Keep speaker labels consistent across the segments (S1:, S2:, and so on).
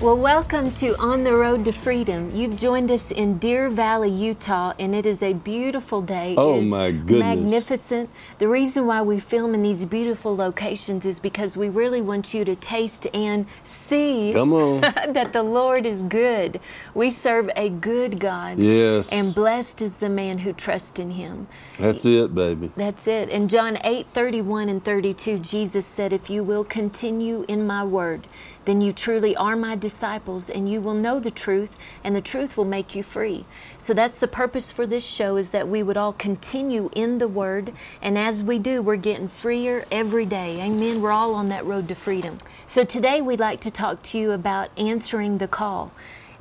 S1: Well, welcome to On the Road to Freedom. You've joined us in Deer Valley, Utah, and it is a beautiful day. It
S2: Oh,
S1: is
S2: my goodness.
S1: Magnificent. The reason why we film in these beautiful locations is because we really want you to taste and see
S2: Come on.
S1: that the Lord is good. We serve a good God.
S2: Yes.
S1: And blessed is the man who trusts in him.
S2: That's it, baby.
S1: That's it. In John 8 31 and 32, Jesus said, If you will continue in my word, then you truly are my disciples, and you will know the truth, and the truth will make you free. So that's the purpose for this show is that we would all continue in the word, and as we do, we're getting freer every day. Amen. We're all on that road to freedom. So today we'd like to talk to you about answering the call.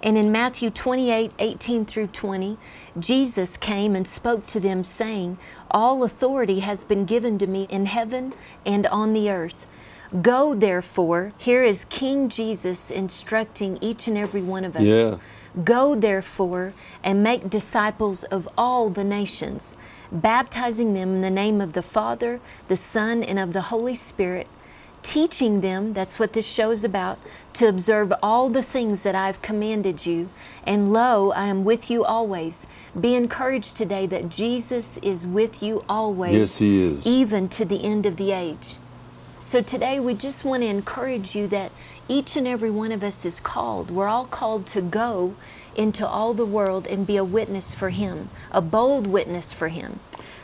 S1: And in Matthew 28 18 through 20, Jesus came and spoke to them, saying, All authority has been given to me in heaven and on the earth. Go therefore, here is King Jesus instructing each and every one of us.
S2: Yeah.
S1: Go therefore and make disciples of all the nations, baptizing them in the name of the Father, the Son, and of the Holy Spirit, teaching them, that's what this show is about, to observe all the things that I've commanded you. And lo, I am with you always. Be encouraged today that Jesus is with you always.
S2: Yes, he is.
S1: Even to the end of the age. So today we just want to encourage you that each and every one of us is called. We're all called to go into all the world and be a witness for Him, a bold witness for Him.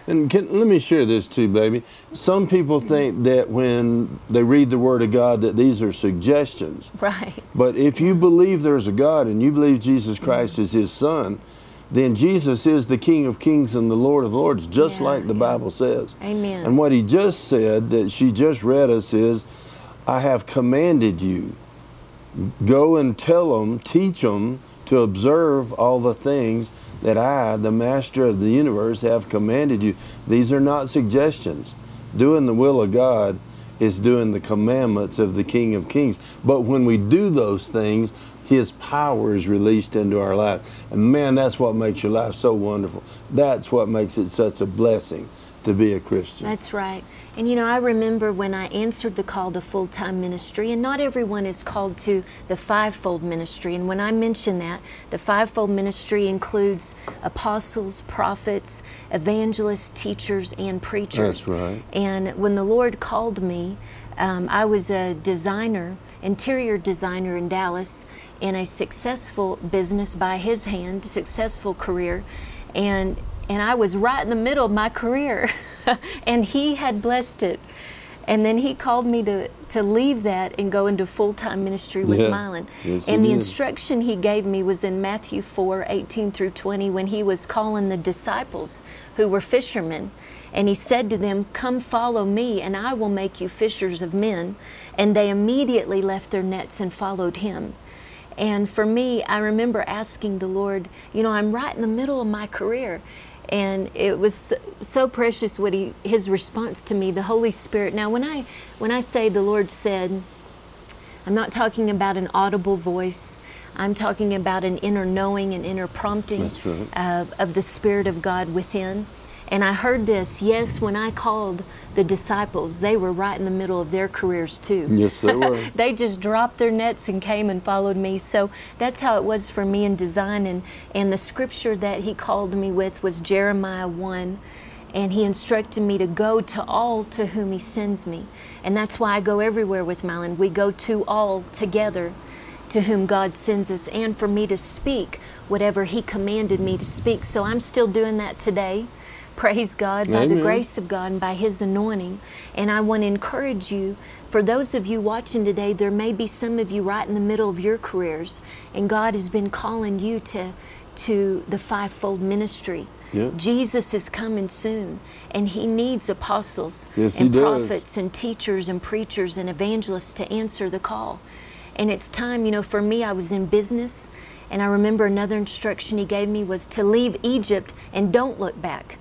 S2: And can, let me share this too, baby. Some people think that when they read the Word of God, that these are suggestions.
S1: Right.
S2: But if you believe there's a God and you believe Jesus Christ is His Son, then Jesus is the King of Kings and the Lord of Lords, just
S1: Yeah,
S2: like the
S1: yeah.
S2: Bible says.
S1: Amen.
S2: And what He just said that she just read us is, "I have commanded you, go and tell them, teach them to observe all the things." That I, the master of the universe, have commanded you. These are not suggestions. Doing the will of God is doing the commandments of the King of Kings. But when we do those things, His power is released into our life. And man, that's what makes your life so wonderful. That's what makes it such a blessing to be a Christian.
S1: That's right. And you know, I remember when I answered the call to full time ministry, and not everyone is called to the fivefold ministry. And when I mention that, the fivefold ministry includes apostles, prophets, evangelists, teachers, and preachers.
S2: That's right.
S1: And when the Lord called me, um, I was a designer, interior designer in Dallas, in a successful business by His hand, successful career, and and I was right in the middle of my career, and He had blessed it. And then he called me to, to leave that and go into full time ministry with
S2: Yeah.
S1: Milan.
S2: Yes,
S1: and
S2: he
S1: the
S2: did.
S1: instruction he gave me was in Matthew 4 18 through 20, when he was calling the disciples who were fishermen. And he said to them, Come follow me, and I will make you fishers of men. And they immediately left their nets and followed him. And for me, I remember asking the Lord, you know, I'm right in the middle of my career. And it was so- so precious what he, his response to me, the Holy Spirit. Now, when I, when I say the Lord said, I'm not talking about an audible voice. I'm talking about an inner knowing and inner prompting
S2: That's right.
S1: of, of the Spirit of God within. And I heard this, yes, when I called the disciples, they were right in the middle of their careers too
S2: Yes, they were.
S1: they just dropped their nets and came and followed me. So that's how it was for me in design. And, and the scripture that he called me with was Jeremiah 1. And he instructed me to go to all to whom he sends me. And that's why I go everywhere with Mylan. We go to all together to whom God sends us, and for me to speak whatever he commanded me to speak. So I'm still doing that today. Praise God by the
S2: Amen.
S1: grace grace of God and by His anointing. And I want to encourage you, for those of you watching today, there may be some of you right in the middle of your careers, and God has been calling you to to the fivefold ministry.
S2: Yeah.
S1: Jesus is coming soon, and He needs apostles
S2: Yes,
S1: and
S2: He does.
S1: prophets and teachers and preachers and evangelists to answer the call. And it's time, you know, for me, I was in business, and I remember another instruction He gave me was to leave Egypt and don't look back.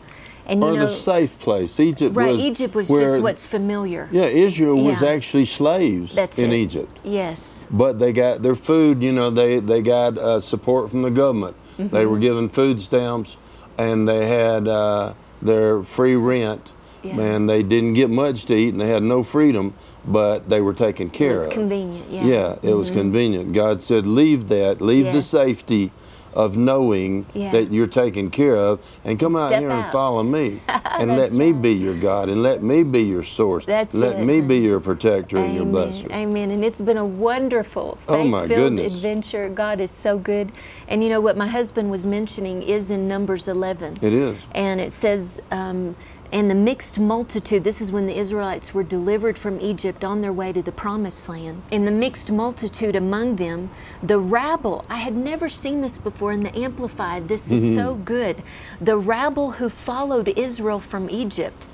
S1: And you
S2: or
S1: know,
S2: the safe place. Egypt
S1: right?
S2: was
S1: Egypt was
S2: where-
S1: just what's familiar.
S2: Yeah, Israel was
S1: Yeah.
S2: actually slaves
S1: That's
S2: in
S1: it.
S2: Egypt,
S1: Yes.
S2: but they got their food. You know, they they got uh, support from the government.
S1: Mm-hmm.
S2: They were given food stamps, and they had uh, their free rent.
S1: Yeah.
S2: And they didn't get much to eat, and they had no freedom, but they were taken care
S1: was
S2: of.
S1: convenient, yeah. Mm-hmm.
S2: it was convenient. God said, "Leave that. Leave the
S1: Yes.
S2: safety." Of knowing
S1: Yeah.
S2: that you're taken care of, and come out
S1: Step
S2: here and
S1: out.
S2: follow me, and let
S1: That's
S2: me be your God, and let me be your source.
S1: That's
S2: let
S1: it.
S2: me be your protector and your
S1: Amen.
S2: blesser.
S1: Amen. And it's been a wonderful,
S2: Oh, my
S1: faith-filled
S2: goodness.
S1: adventure. God is so good. And you know what my husband was mentioning is in Numbers 11.
S2: It is.
S1: And it says, um, and the mixed multitude, this is when the Israelites were delivered from Egypt on their way to the promised land. And the mixed multitude among them, the rabble, I had never seen this before in the Amplified. This is so good. The rabble who followed Israel from Egypt.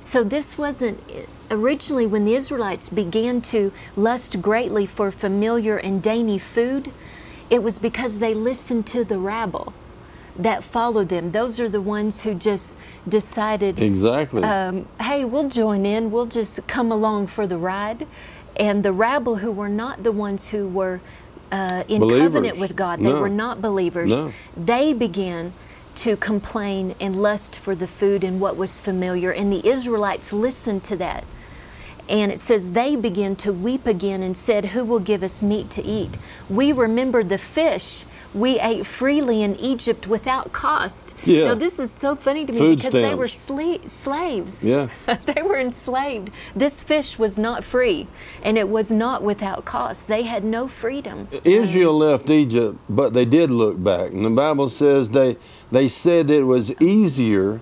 S1: So this wasn't originally when the Israelites began to lust greatly for familiar and dainty food, it was because they listened to the rabble that followed them. Those are the ones who just decided,
S2: Exactly.
S1: um, hey, we'll join in, we'll just come along for the ride. And the rabble who were not the ones who were uh, in covenant
S2: Believers.
S1: with God, they
S2: No.
S1: were not believers,
S2: No.
S1: they began to complain and lust for the food and what was familiar. And the Israelites listened to that. And it says, They began to weep again and said, Who will give us meat to eat? We remember the fish we ate freely in Egypt without cost.
S2: Yeah.
S1: Now, this is so funny to me
S2: Food
S1: because they were sla- slaves.
S2: Yeah.
S1: they were enslaved. This fish was not free and it was not without cost. They had no freedom.
S2: Israel left Egypt, but they did look back. And the Bible says they they said it was easier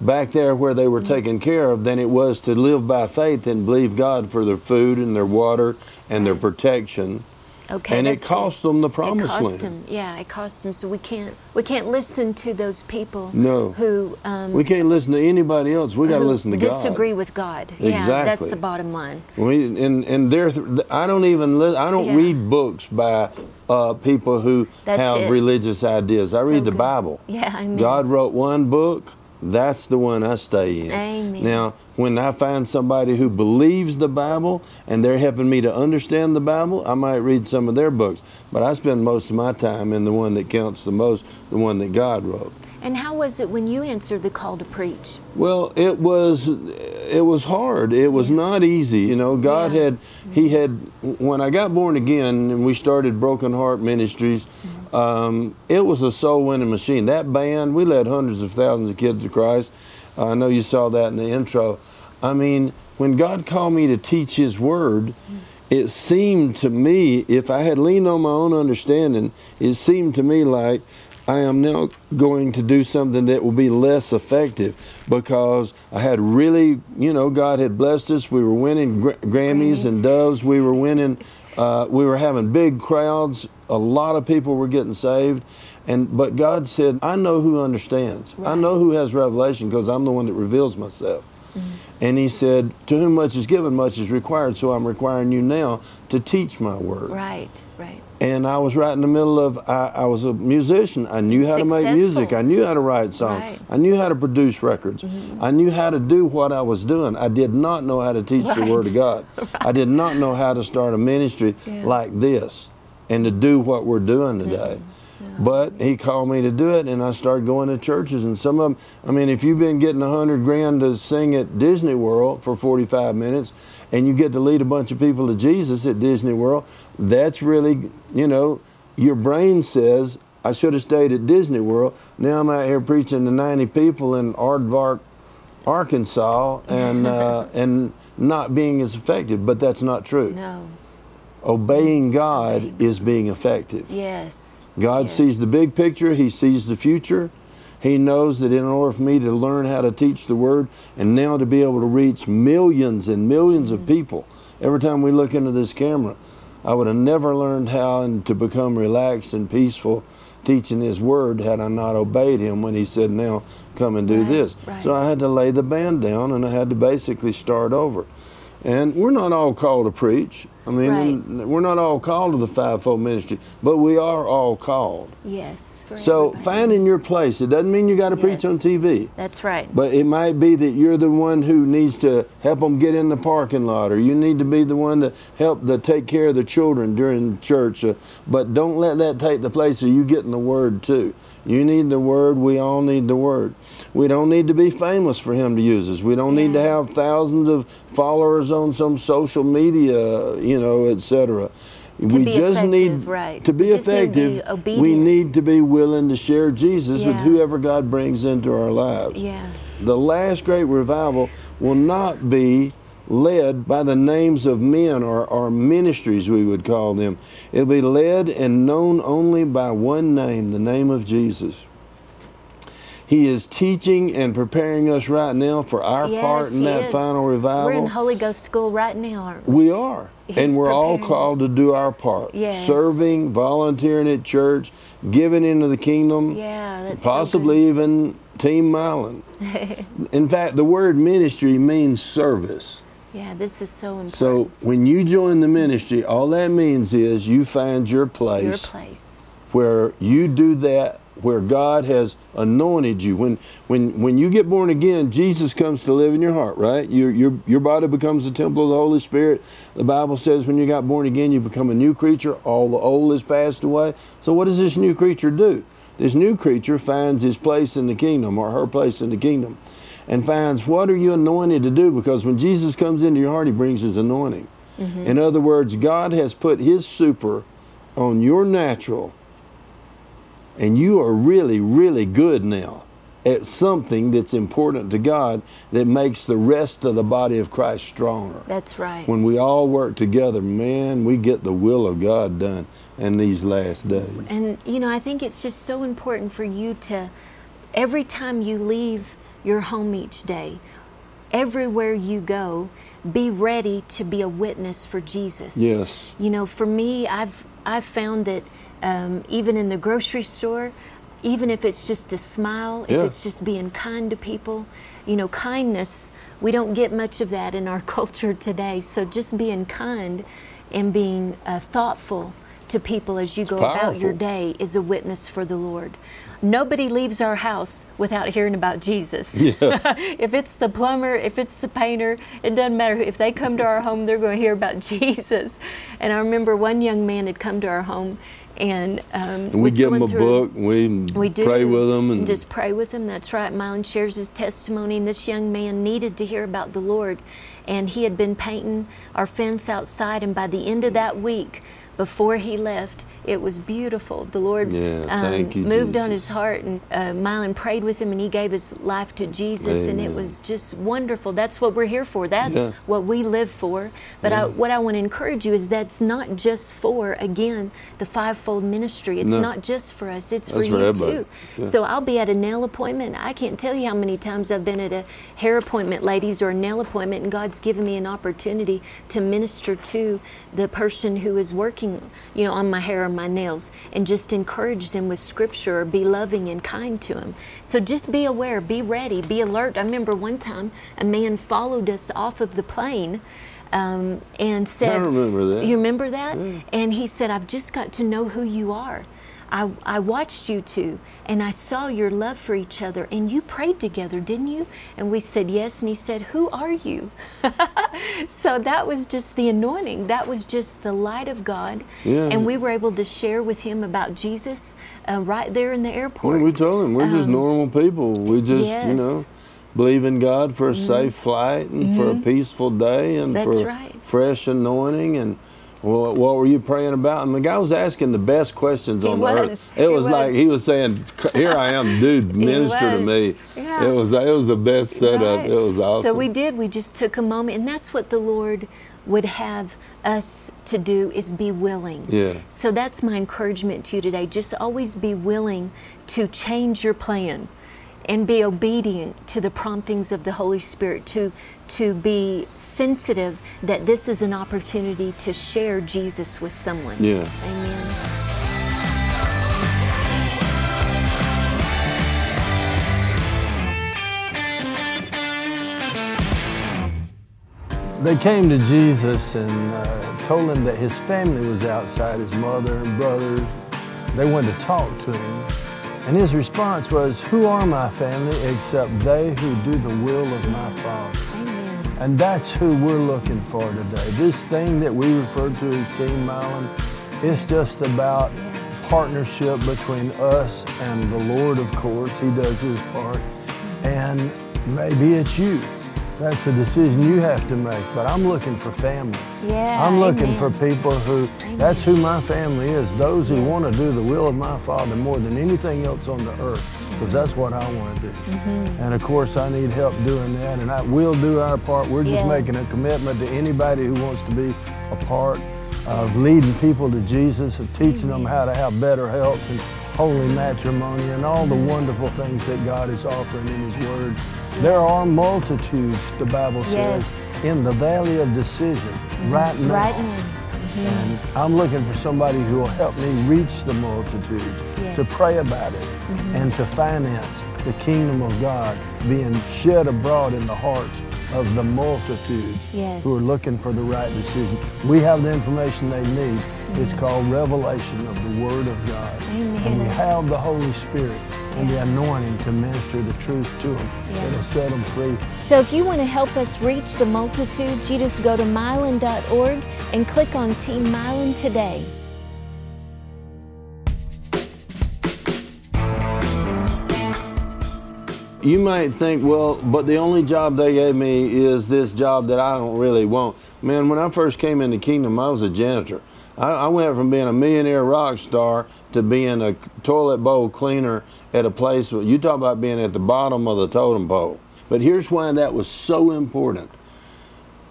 S2: back there where they were taken care of than it was to live by faith and believe God for their food and their water and their protection.
S1: Okay.
S2: and it
S1: that's good.
S2: cost them the promised
S1: it cost
S2: land.
S1: Them. Yeah, it cost them. So we can't we can't listen to those people
S2: No.
S1: who um,
S2: We can't listen to anybody else. We got to
S1: who
S2: listen to God.
S1: Uh-huh. disagree with God. Yeah, that's
S2: Exactly.
S1: the bottom line.
S2: We, and and there, I don't even li- I don't
S1: Yeah.
S2: read books by uh, people who
S1: That's
S2: have
S1: it.
S2: religious ideas. I
S1: So
S2: read the
S1: good.
S2: Bible.
S1: Yeah, amen.
S2: God wrote one book. That's the one I stay in.
S1: Amen.
S2: Now, when I find somebody who believes the Bible and they're helping me to understand the Bible, I might read some of their books. But I spend most of my time in the one that counts the most, the one that God wrote.
S1: And how was it when you answered the call to preach?
S2: Well, it was it was hard. It was not easy. You know, God
S1: Yeah.
S2: had He had when I got born again and we started Broken Heart Ministries. Um, it was a soul winning machine. That band, we led hundreds of thousands of kids to Christ. I know you saw that in the intro. I mean, when God called me to teach His Word, it seemed to me, if I had leaned on my own understanding, it seemed to me like I am now going to do something that will be less effective because I had really, you know, God had blessed us. We were winning gr- Grammys and Doves. We were winning, uh, we were having big crowds. A lot of people were getting saved. And, but God said, I know who understands. I know who has revelation because I'm the one that reveals myself.
S1: Mm-hmm.
S2: And he said, To whom much is given, much is required. So I'm requiring you now to teach my word.
S1: Right, right.
S2: And I was right in the middle of, I, I was a musician. I knew how to make
S1: Successful.
S2: music. I knew how to write songs.
S1: Right. Mm-hmm.
S2: I knew how to produce records. I knew how to do what I was doing. I did not know how to teach the
S1: Right.
S2: Word of God. I did not know how to start a ministry
S1: Yeah.
S2: like this and to do what we're doing today. But he called me to do it, and I started going to churches. And some of them, I mean, if you've been getting a hundred grand to sing at Disney World for 45 minutes, and you get to lead a bunch of people to Jesus at Disney World, that's really, you know, your brain says, I should have stayed at Disney World. Now I'm out here preaching to 90 people in Aardvark, Arkansas, and uh, and not being as effective. But that's not true.
S1: No.
S2: Obeying God is being effective.
S1: Yes.
S2: God
S1: Yes.
S2: sees the big picture, He sees the future. He knows that in order for me to learn how to teach the Word and now to be able to reach millions and 1000000s
S1: Mm.
S2: of people, every time we look into this camera, I would have never learned how and to become relaxed and peaceful teaching His Word had I not obeyed Him when He said, Now come and do
S1: Right,
S2: this.
S1: right.
S2: So I had to lay the band down and I had to basically start over. And we're not all called to preach. I mean,
S1: Right.
S2: and we're not all called to the fivefold ministry, but we are all called.
S1: Yes. for
S2: So
S1: everybody.
S2: finding your place. It doesn't mean you got to
S1: Yes.
S2: preach on TV.
S1: That's right.
S2: But it might be that you're the one who needs to help them get in the parking lot, or you need to be the one to help to take care of the children during church. Uh, but don't let that take the place of you getting the word too. You need the word. We all need the word. We don't need to be famous for Him to use us. We don't need to
S1: Yeah.
S2: have thousands of followers on some social media, you know, etc. We
S1: be
S2: just
S1: effective,
S2: need
S1: right.
S2: to be
S1: We just need to be
S2: effective. we
S1: obedient.
S2: need to be willing to share Jesus with
S1: Yeah.
S2: whoever God brings into our lives.
S1: Yeah.
S2: The last great revival will not be led by the names of men or, or ministries, we would call them. It'll be led and known only by one name, the name of Jesus. He is teaching and preparing us right now for our
S1: Yes,
S2: part in
S1: he
S2: that
S1: is.
S2: final revival.
S1: We're in Holy Ghost school right now, aren't we?
S2: We are.
S1: He's
S2: and we're all
S1: preparing us.
S2: called to do our part.
S1: Yes.
S2: Serving, volunteering at church, giving into the kingdom,
S1: Yeah, that's so
S2: possibly even team miling. In fact, the word ministry means service.
S1: good. Yeah, this is so important.
S2: So when you join the ministry, all that means is you find your place,
S1: your place.
S2: where you do that where God has anointed you. When when when you get born again, Jesus comes to live in your heart, right? Your your your body becomes the temple of the Holy Spirit. The Bible says when you got born again, you become a new creature. All the old has passed away. So what does this new creature do? This new creature finds his place in the kingdom or her place in the kingdom and finds what are you anointed to do because when Jesus comes into your heart, he brings his anointing. In other words, God has put his super on your natural and you are really, really good now at something that's important to God that makes the rest of the body of Christ stronger.
S1: That's right.
S2: When we all work together, man, we get the will of God done in these last days.
S1: And you know, I think it's just so important for you to every time you leave your home each day, everywhere you go, be ready to be a witness for Jesus.
S2: Yes.
S1: You know, for me, I've I've found that um, even in the grocery store, even if it's just a smile,
S2: Yeah.
S1: if it's just being kind to people, you know, kindness. We don't get much of that in our culture today. So just being kind and being uh, thoughtful to people as you go about your
S2: powerful.
S1: day is a witness for the Lord. Nobody leaves our house without hearing about Jesus. if it's the plumber, if it's the painter, it doesn't matter. who- If they come to our home, they're going to hear about Jesus. And I remember one young man had come to our home, and um,
S2: And we
S1: was
S2: give them
S1: going
S2: a
S1: through-
S2: book, we,
S1: we do
S2: pray with them, and
S1: just pray with him. That's right. Milan shares his testimony, and this young man needed to hear about the Lord, and he had been painting our fence outside. And by the end of that week, before he left, it was beautiful. The Lord um,
S2: Yeah, thank you,
S1: moved on his
S2: Jesus.
S1: heart, and uh, Milan prayed with him, and he gave his life to Jesus, and it
S2: Amen.
S1: was just wonderful. That's what we're here for. That's
S2: Yeah.
S1: what we live for. But I, what I want to encourage you is that's not just for again the fivefold ministry. It's
S2: No.
S1: not just for us. It's
S2: That's
S1: for
S2: for
S1: you
S2: everybody.
S1: too.
S2: Yeah.
S1: So I'll be at a nail appointment. I can't tell you how many times I've been at a hair appointment, ladies, or a nail appointment, and God's given me an opportunity to minister to the person who is working, you know, on my hair or my nails, and just encourage them with scripture or be loving and kind to them. So just be aware, be ready, be alert. I remember one time a man followed us off of the plane. Um, and said,
S2: remember that.
S1: You remember that?
S2: Mm.
S1: And he said, I've just got to know who you are. I, I watched you two and I saw your love for each other and you prayed together, didn't you? And we said yes. And he said, Who are you? so that was just the anointing. That was just the light of God.
S2: Yeah.
S1: And we were able to share with him about Jesus uh, right there in the airport.
S2: Well, we told him we're just normal people. We just, you
S1: um, yes. Mm-hmm.
S2: know, believe in God for a safe flight and for a peaceful day and
S1: That's
S2: for
S1: right.
S2: fresh anointing and. Well, what were you praying about? And the guy was asking the best questions
S1: He
S2: on the
S1: was.
S2: earth. It
S1: He
S2: was, like
S1: was.
S2: he was saying, "Here I am, dude. Minister to
S1: was.
S2: me."
S1: Yeah.
S2: It was it was the best setup.
S1: Right.
S2: It was awesome.
S1: So we did. We just took a moment, and that's what the Lord would have us to do is be willing.
S2: Yeah.
S1: So that's my encouragement to you today. Just always be willing to change your plan and be obedient to the promptings of the Holy Spirit to to be sensitive that this is an opportunity to share Jesus with someone.
S2: Yeah.
S1: Amen.
S2: They came to Jesus and uh, told him that his family was outside, his mother and brothers. They wanted to talk to him. And his response was, Who are my family except they who do the will of my Father?
S1: Amen.
S2: And that's who we're looking for today. This thing that we refer to as Team Milan, it's just about partnership between us and the Lord, of course. He does his part. And maybe it's you. That's a decision you have to make. But I'm looking for family.
S1: Yeah,
S2: I'm looking
S1: amen.
S2: for people who, that's who my family is, those who want to do the will of my Father more than anything else on the earth, because that's what I want to do.
S1: Mm-hmm.
S2: And of course, I need help doing that, and I will do our part. We're just
S1: Yes.
S2: making a commitment to anybody who wants to be a part of leading people to Jesus, of teaching them how to have better health and holy matrimony and all the wonderful things that God is offering in His Word. There are multitudes, the Bible says,
S1: Yes.
S2: in the valley of decision right now.
S1: Mm-hmm. Right now.
S2: And I'm looking for somebody who will help me reach the multitudes, to
S1: Yes. Mm-hmm.
S2: pray about it, and to finance the kingdom of God being shed abroad in the hearts of the multitudes
S1: Yes.
S2: who are looking for the right decision. We have the information they need. It's called revelation of the Word of God. And we
S1: Mm-hmm. Amen.
S2: have the Holy Spirit and the
S1: Yeah.
S2: anointing to minister the truth to them
S1: Yeah.
S2: and to set them free.
S1: So if you want to help us reach the multitudes, you just go to Milan.org and click on Team Milan today.
S2: You might think, well, but the only job they gave me is this job that I don't really want. Man, when I first came into Kingdom, I was a janitor. I, I went from being a millionaire rock star to being a toilet bowl cleaner at a place. You talk about being at the bottom of the totem pole. But here's why that was so important.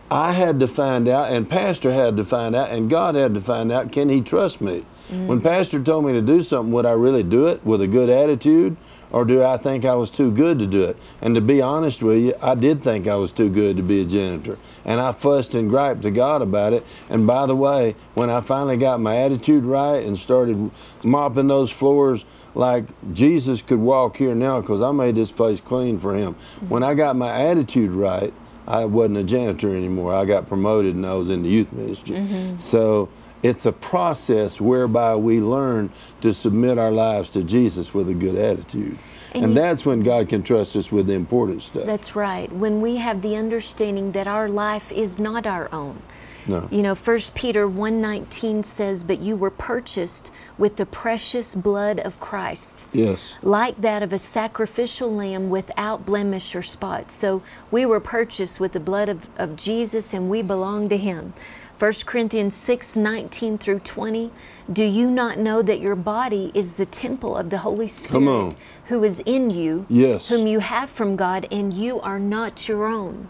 S2: I had to find out, and Pastor had to find out, and God had to find out can He trust me? When Pastor told me to do something, would I really do it with a good attitude, or do I think I was too good to do it? And to be honest with you, I did think I was too good to be a janitor. And I fussed and griped to God about it. And by the way, when I finally got my attitude right and started mopping those floors like Jesus could walk here now because I made this place clean for Him, when I got my attitude right, I wasn't a janitor anymore. I got promoted and I was in the youth ministry.
S1: Mm-hmm.
S2: So it's a process whereby we learn to submit our lives to Jesus with a good attitude. And,
S1: you-
S2: that's when God can trust us with the important stuff.
S1: That's right. When we have the understanding that our life is not our own.
S2: No.
S1: You know, 1 Peter 1:19 says, "But you were purchased with the precious blood of Christ."
S2: yes.
S1: like that of a sacrificial lamb without blemish or spot. So we were purchased with the blood of, of Jesus and we belong to him. 1 Corinthians 6 19 through 20. Do you not know that your body is the temple of the Holy Spirit
S2: on.
S1: who is in you,
S2: Yes.
S1: whom you have from God, and you are not your own?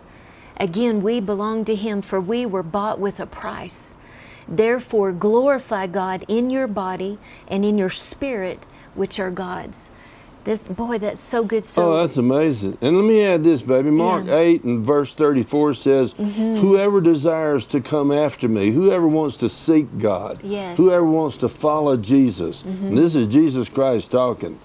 S1: Again, we belong to Him, for we were bought with a price. Therefore, glorify God in your body and in your spirit, which are God's. This boy, that's so good. So
S2: Oh, that's amazing. And let me add this, baby. Mark
S1: Yeah. Mm-hmm.
S2: 8 and verse 34 says, Whoever desires to come after me, whoever wants to seek God,
S1: Yes. Mm-hmm.
S2: whoever wants to follow Jesus, and this is Jesus Christ talking.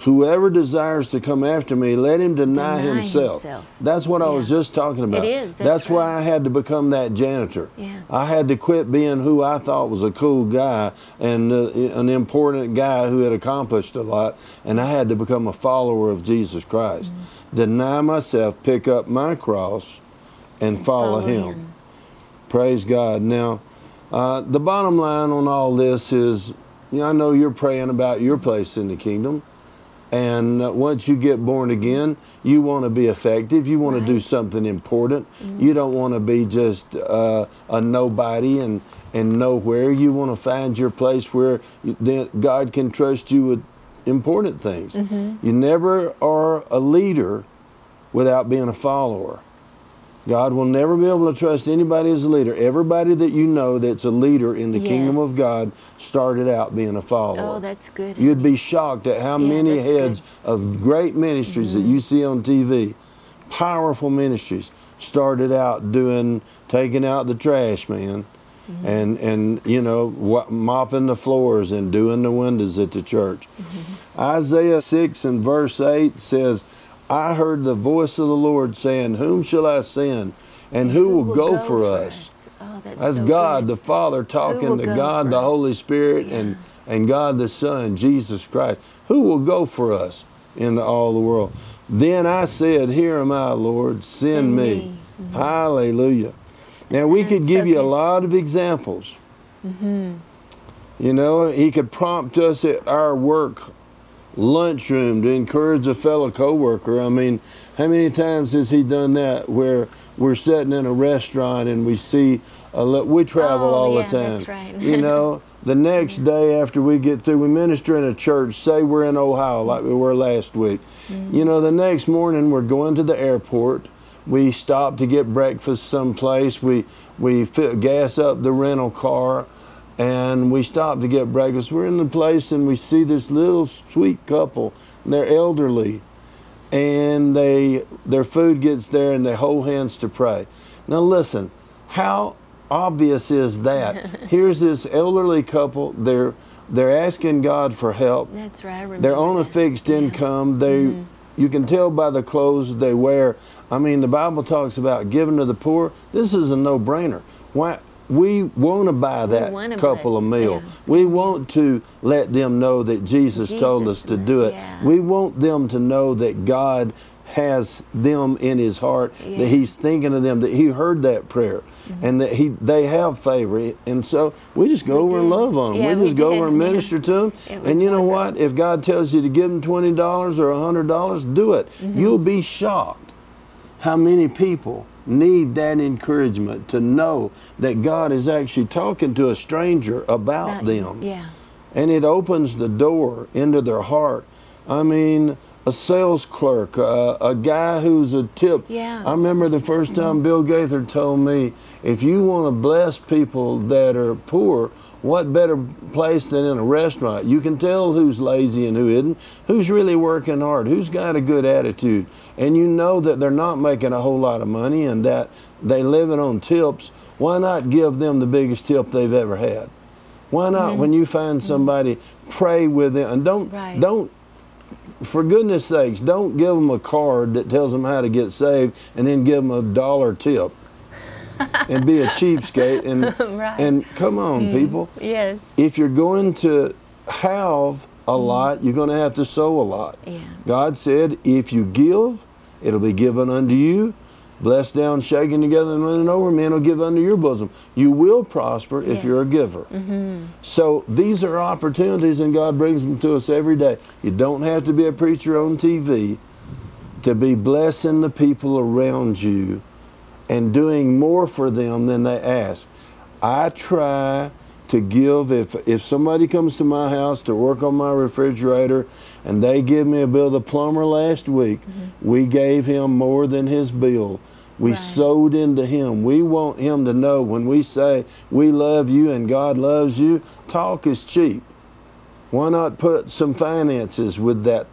S2: Whoever desires to come after me, let him deny,
S1: Deny
S2: himself.
S1: himself.
S2: That's what I was
S1: Yeah.
S2: just talking about.
S1: is, that's
S2: why I had to become that janitor.
S1: Yeah.
S2: I had to quit being who I thought was a cool guy and uh, an important guy who had accomplished a lot, and I had to become a follower of Jesus Christ. Deny myself, pick up my cross, and follow,
S1: Follow
S2: him.
S1: him.
S2: Praise God. Now, uh, the bottom line on all this is you know, I know you're praying about your place in the kingdom. And uh, once you get born again, you want to be effective. You want to do something important.
S1: Mm-hmm.
S2: You don't want to be just uh, a nobody and, and nowhere. You want to find your place where you, then God can trust you with important things.
S1: Mm-hmm.
S2: You never are a leader without being a follower. God will never be able to trust anybody as a leader. Everybody that you know that's a leader in the kingdom
S1: Yes.
S2: of God started out being a follower.
S1: Oh, that's good.
S2: You'd be shocked at how
S1: Yeah,
S2: many
S1: that's good.
S2: heads of great ministries that you see on TV, powerful ministries, started out doing taking out the trash, man, and and you know wa- mopping the floors and doing the windows at the church. Mm-hmm. Isaiah six and verse eight says, "I heard the voice of the Lord saying, Whom shall I send?" and who, will, go, for, us?
S1: Oh, that's
S2: That's
S1: so
S2: God
S1: good.
S2: the Father talking
S1: will
S2: to
S1: go
S2: God
S1: for
S2: the
S1: us?
S2: Holy Spirit and, and God the Son, Jesus Christ. Who will go for us into all the world? Then I said, Here am I, Lord, send
S1: Send
S2: me.
S1: me.
S2: Hallelujah. Now, we could
S1: That's so
S2: give you
S1: good.
S2: a
S1: Mm-hmm.
S2: lot of examples. You know, He could prompt us at our work lunchroom to encourage a fellow coworker. I mean, how many times has he done that? Where we're sitting in a restaurant and we see a lo- we travel
S1: Oh,
S2: all
S1: yeah,
S2: the time.
S1: that's right.
S2: you know, the next day after we get through, we minister in a church. Say we're in Ohio like we were last week. You know, the next morning we're going to the airport. We stop to get breakfast someplace. We we fill, gas up the rental car and we stop to get breakfast. We're in the place and we see this little sweet couple. And they're elderly, and they their food gets there and they hold hands to pray. Now listen, how obvious is that? Here's this elderly couple. They're they're asking God for help.
S1: That's right. I remember
S2: They're on
S1: that.
S2: a
S1: Mm-hmm.
S2: fixed income. They, you can tell by the clothes they wear. I mean, the Bible talks about giving to the poor. This is a no-brainer. Why we want to buy
S1: wanna
S2: that couple
S1: bless
S2: a meal.
S1: them.
S2: We want to let them know that Jesus, told us
S1: Mm-hmm. Jesus,
S2: to do it.
S1: yeah.
S2: We want them to know that God has them in his heart
S1: Yeah. Mm-hmm.
S2: that he's thinking of them that he heard that prayer and that he they have favor and so we just go over and
S1: did.
S2: love on them
S1: Yeah,
S2: we
S1: we
S2: just go over
S1: did,
S2: and
S1: yeah.
S2: minister to them
S1: It was
S2: and you know what? If God tells you to give them $20 or $100, do it.
S1: Mm-hmm.
S2: You'll be shocked how many people need that encouragement to know that God is actually talking to a stranger about
S1: About you.
S2: them.
S1: Yeah.
S2: And it opens the door into their heart. I mean, a sales clerk, uh, a guy who's a tip.
S1: Yeah.
S2: I remember the first time Bill Gaither told me, if you want to bless people that are poor, what better place than in a restaurant? You can tell who's lazy and who isn't, who's really working hard, who's got a good attitude, and you know that they're not making a whole lot of money and that they living on tips. Why not give them the biggest tip they've ever had? Why not? When you find somebody, pray with them, and don't
S1: Right.
S2: don't for goodness sakes, don't give them a card that tells them how to get saved and then give them a dollar tip and be a cheapskate. And,
S1: Right. Mm.
S2: and come on, people.
S1: Yes.
S2: If you're going to have a lot, you're going to have to sow a lot.
S1: Mm-hmm. Yeah.
S2: God said, if you give, it'll be given unto you. Blessed down, shaken together, and running over, men will give unto your bosom. You will prosper if you're a
S1: Yes. Mm-hmm.
S2: giver. So these are opportunities, and God brings them to us every day. You don't have to be a preacher on TV to be blessing the people around you and doing more for them than they ask. I try to give if if somebody comes to my house to work on my refrigerator and they give me a bill the plumber last week we gave him more than his bill we
S1: Right.
S2: sowed into him we want him to know when we say we love you and God loves you talk is cheap why not put some finances with that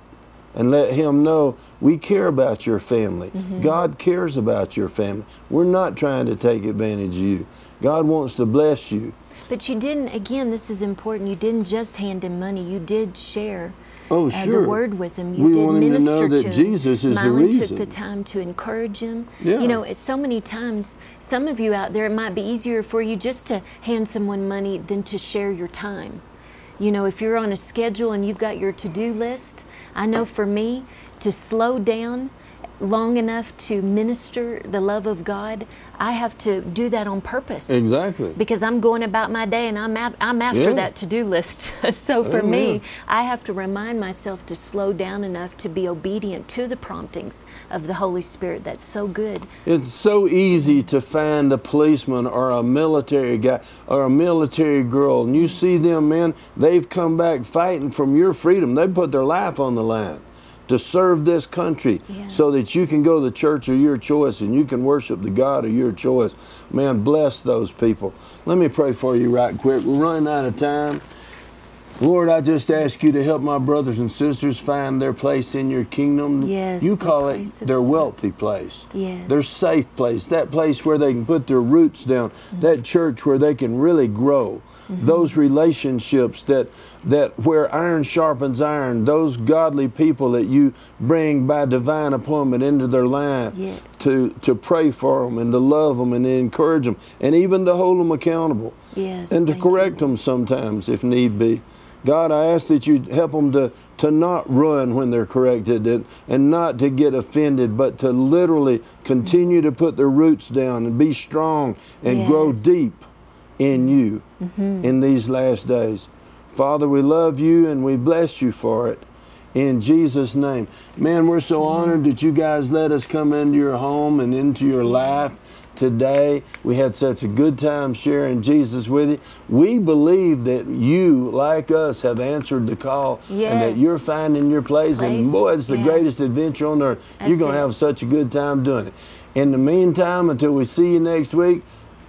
S2: and let him know we care about your family. God cares about your family. We're not trying to take advantage of you. God wants to bless you.
S1: But you didn't, again, this is important. You didn't just hand him money, you did share.
S2: Oh,
S1: uh,
S2: sure.
S1: the word with him. You
S2: We
S1: did
S2: want him to know
S1: minister
S2: that
S1: him.
S2: Jesus is the
S1: Milan took
S2: reason.
S1: the time to encourage him.
S2: Yeah.
S1: You know, it's so many times, some of you out there, it might be easier for you just to hand someone money than to share your time. You know, if you're on a schedule and you've got your to do list, I know for me, to slow down long enough to minister the love of God, I have to do that on purpose
S2: Exactly.
S1: because I'm going about my day and I'm af- I'm after
S2: Yeah.
S1: that to-do list. so for
S2: Oh,
S1: me,
S2: yeah.
S1: I have to remind myself to slow down enough to be obedient to the promptings of the Holy Spirit. That's so good.
S2: It's so easy to find a policeman or a military guy or a military girl, and you see them, man, they've come back fighting from your freedom. They put their life on the line to serve this country
S1: Yeah.
S2: so that you can go to the church of your choice and you can worship the God of your choice. Man, bless those people. Let me pray for you right quick. We're running out of time. Lord, I just ask you to help my brothers and sisters find their place in your kingdom.
S1: Yes,
S2: you
S1: their
S2: call it
S1: place of
S2: their
S1: service.
S2: wealthy place.
S1: Yes.
S2: Their safe place, that place where they can put their roots down, that church where they can really grow.
S1: Mm-hmm.
S2: Those relationships that that where iron sharpens iron, those godly people that you bring by divine appointment into their life
S1: Yes.
S2: to, to pray for them and to love them and to encourage them and even to hold them accountable
S1: Yes.
S2: and to
S1: thank you.
S2: correct them sometimes if need be. God, I ask that you help them to, to not run when they're corrected and, and not to get offended, but to literally continue to put their roots down and be strong and grow
S1: Yes.
S2: deep in you in these last days. Father, we love you and we bless you for it in Jesus' name. Man, we're so honored that you guys let us come into your home and into your life today. We had such a good time sharing Jesus with you. We believe that you, like us, have answered the call and that
S1: Yes.
S2: you're finding your place.
S1: Place,
S2: And boy, it's the
S1: yeah.
S2: greatest adventure on earth. you're
S1: That's
S2: going to
S1: it.
S2: have such a good time doing it. In the meantime, until we see you next week,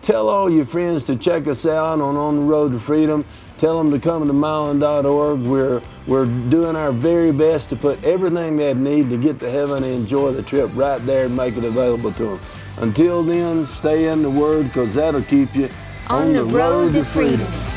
S2: tell all your friends to check us out on On the Road to Freedom. Tell them to come to myland.org. We're, we're doing our very best to put everything they need to get to heaven and enjoy the trip right there and make it available to them. Until then, stay in the Word because that'll keep you
S1: On the road to freedom.